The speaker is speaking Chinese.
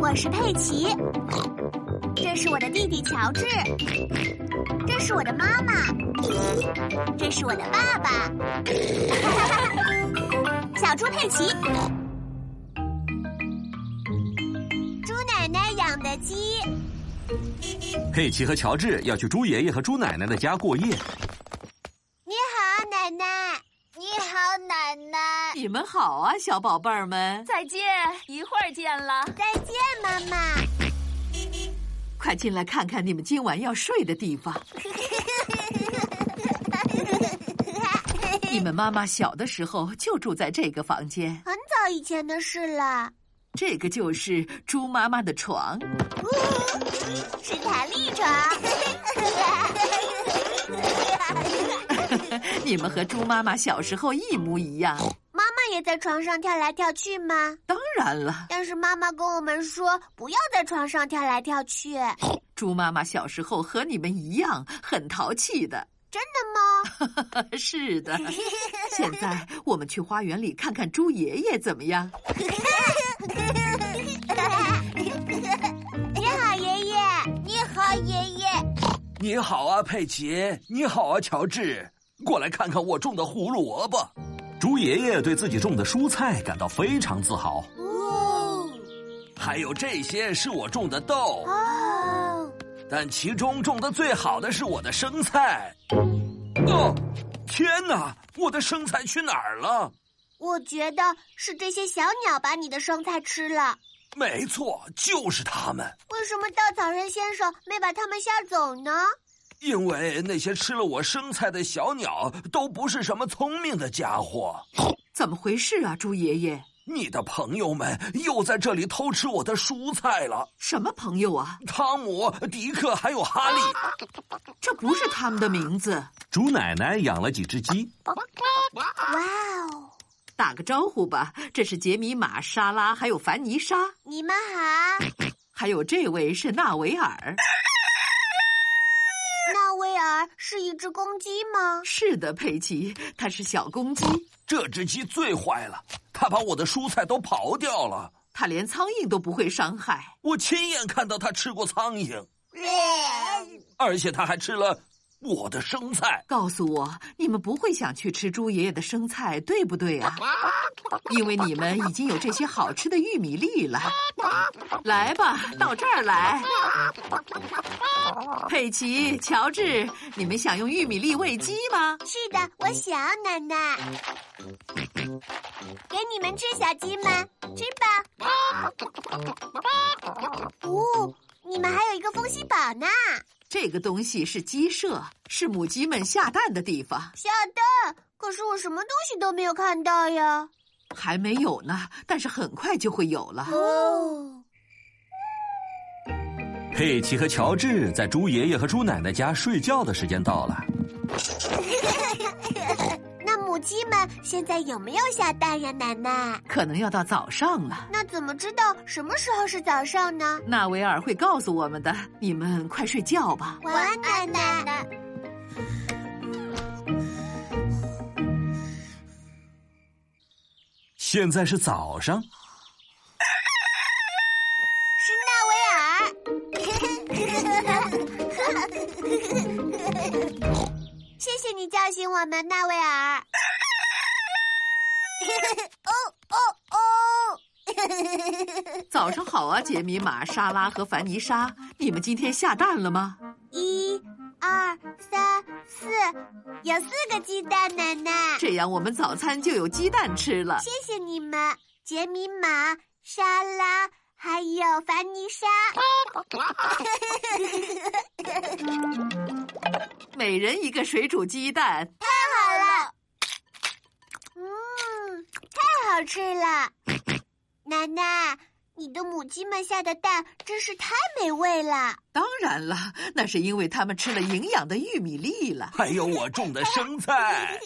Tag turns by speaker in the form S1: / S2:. S1: 我是佩奇，这是我的弟弟乔治，这是我的妈妈，这是我的爸 爸，小猪佩奇，猪奶奶养的鸡。
S2: 佩奇和乔治要去猪爷爷和猪奶奶的家过夜。
S1: 你好，奶奶。你好，奶奶。
S3: 你们好啊，小宝贝儿们，
S4: 再见，一会儿见了。
S1: 再见，妈妈。
S3: 快进来看看你们今晚要睡的 地方。你们妈妈小的时候就住在这个房间，
S1: 很早以前的事了。
S3: 这个就是猪妈妈的床。
S1: 是弹力床。
S3: 你们和猪妈妈小时候一模一样。
S1: 妈妈也在床上跳来跳去吗？
S3: 当然了，
S1: 但是妈妈跟我们说不要在床上跳来跳去，哎
S3: 猪妈妈小时候和你们一样很淘气的。
S1: 真的吗？
S3: 是的，现在我们去花园里看看猪爷爷怎么样。
S1: 你好，爷爷。你好，爷爷。
S5: 你好啊，佩奇！你好啊，乔治！过来看看我种的胡萝卜。
S2: 猪爷爷对自己种的蔬菜感到非常自豪。
S1: 哦
S5: 还有这些是我种的豆，
S1: 哦，
S5: 但其中种的最好的是我的生菜。哦，天哪！我的生菜去哪儿了？
S1: 我觉得是这些小鸟把你的生菜吃了。
S5: 没错，就是它们。
S1: 为什么稻草人先生没把它们吓走呢？
S5: 因为那些吃了我生菜的小鸟都不是什么聪明的家伙。
S3: 怎么回事啊，猪爷爷？
S5: 你的朋友们又在这里偷吃我的蔬菜了。
S3: 什么朋友啊？
S5: 汤姆、迪克还有哈利，
S3: 这不是他们的名字。
S2: 猪奶奶养了几只鸡，
S1: 哇哦，
S3: 打个招呼吧，这是杰米玛、莎拉，还有凡妮莎，
S1: 你们好，
S3: 还有这位是纳维尔。
S1: 纳威尔是一只公鸡吗？
S3: 是的，佩奇，它是小公鸡，
S5: 这只鸡最坏了，它把我的蔬菜都刨掉了。
S3: 它连苍蝇都不会伤害。
S5: 我亲眼看到它吃过苍蝇，而且它还吃了我的生菜。
S3: 告诉我，你们不会想去吃猪爷爷的生菜，对不对啊？因为你们已经有这些好吃的玉米粒了。来吧，到这儿来。佩奇、乔治，你们想用玉米粒喂鸡吗？
S1: 是的，我想奶奶，给你们吃，小鸡们吃吧。哦，你们还有一个风吸堡呢，
S3: 这个东西是鸡舍，是母鸡们下蛋的地方。
S1: 小蛋。可是我什么东西都没有看到呀。
S3: 还没有呢，但是很快就会有了。
S1: 哦，
S2: 佩奇和乔治在猪爷爷和猪奶奶家睡觉的时间到了。
S1: 那母鸡们现在有没有下蛋呀，奶奶？
S3: 可能要到早上了，
S1: 那怎么知道什么时候是早上呢？
S3: 纳维尔会告诉我们的。你们快睡觉吧。
S1: 晚安，奶奶。
S2: 现在是早上，
S1: 是纳维尔。谢谢你叫醒我们，纳维尔。哦哦哦！
S3: 早上好啊，杰米玛、莎拉和凡妮莎，你们今天下蛋了吗？
S1: 一、二、三、四，有四个鸡蛋，奶奶。
S3: 这样我们早餐就有鸡蛋吃了。
S1: 谢谢你们，杰米玛、莎拉，还有凡妮莎。
S3: 每人一个水煮鸡蛋。
S1: 好了，嗯，太好吃了。 奶奶，你的母鸡们下的蛋真是太美味了。
S3: 当然了，那是因为他们吃了营养的玉米粒了。
S5: 还有我种的生菜。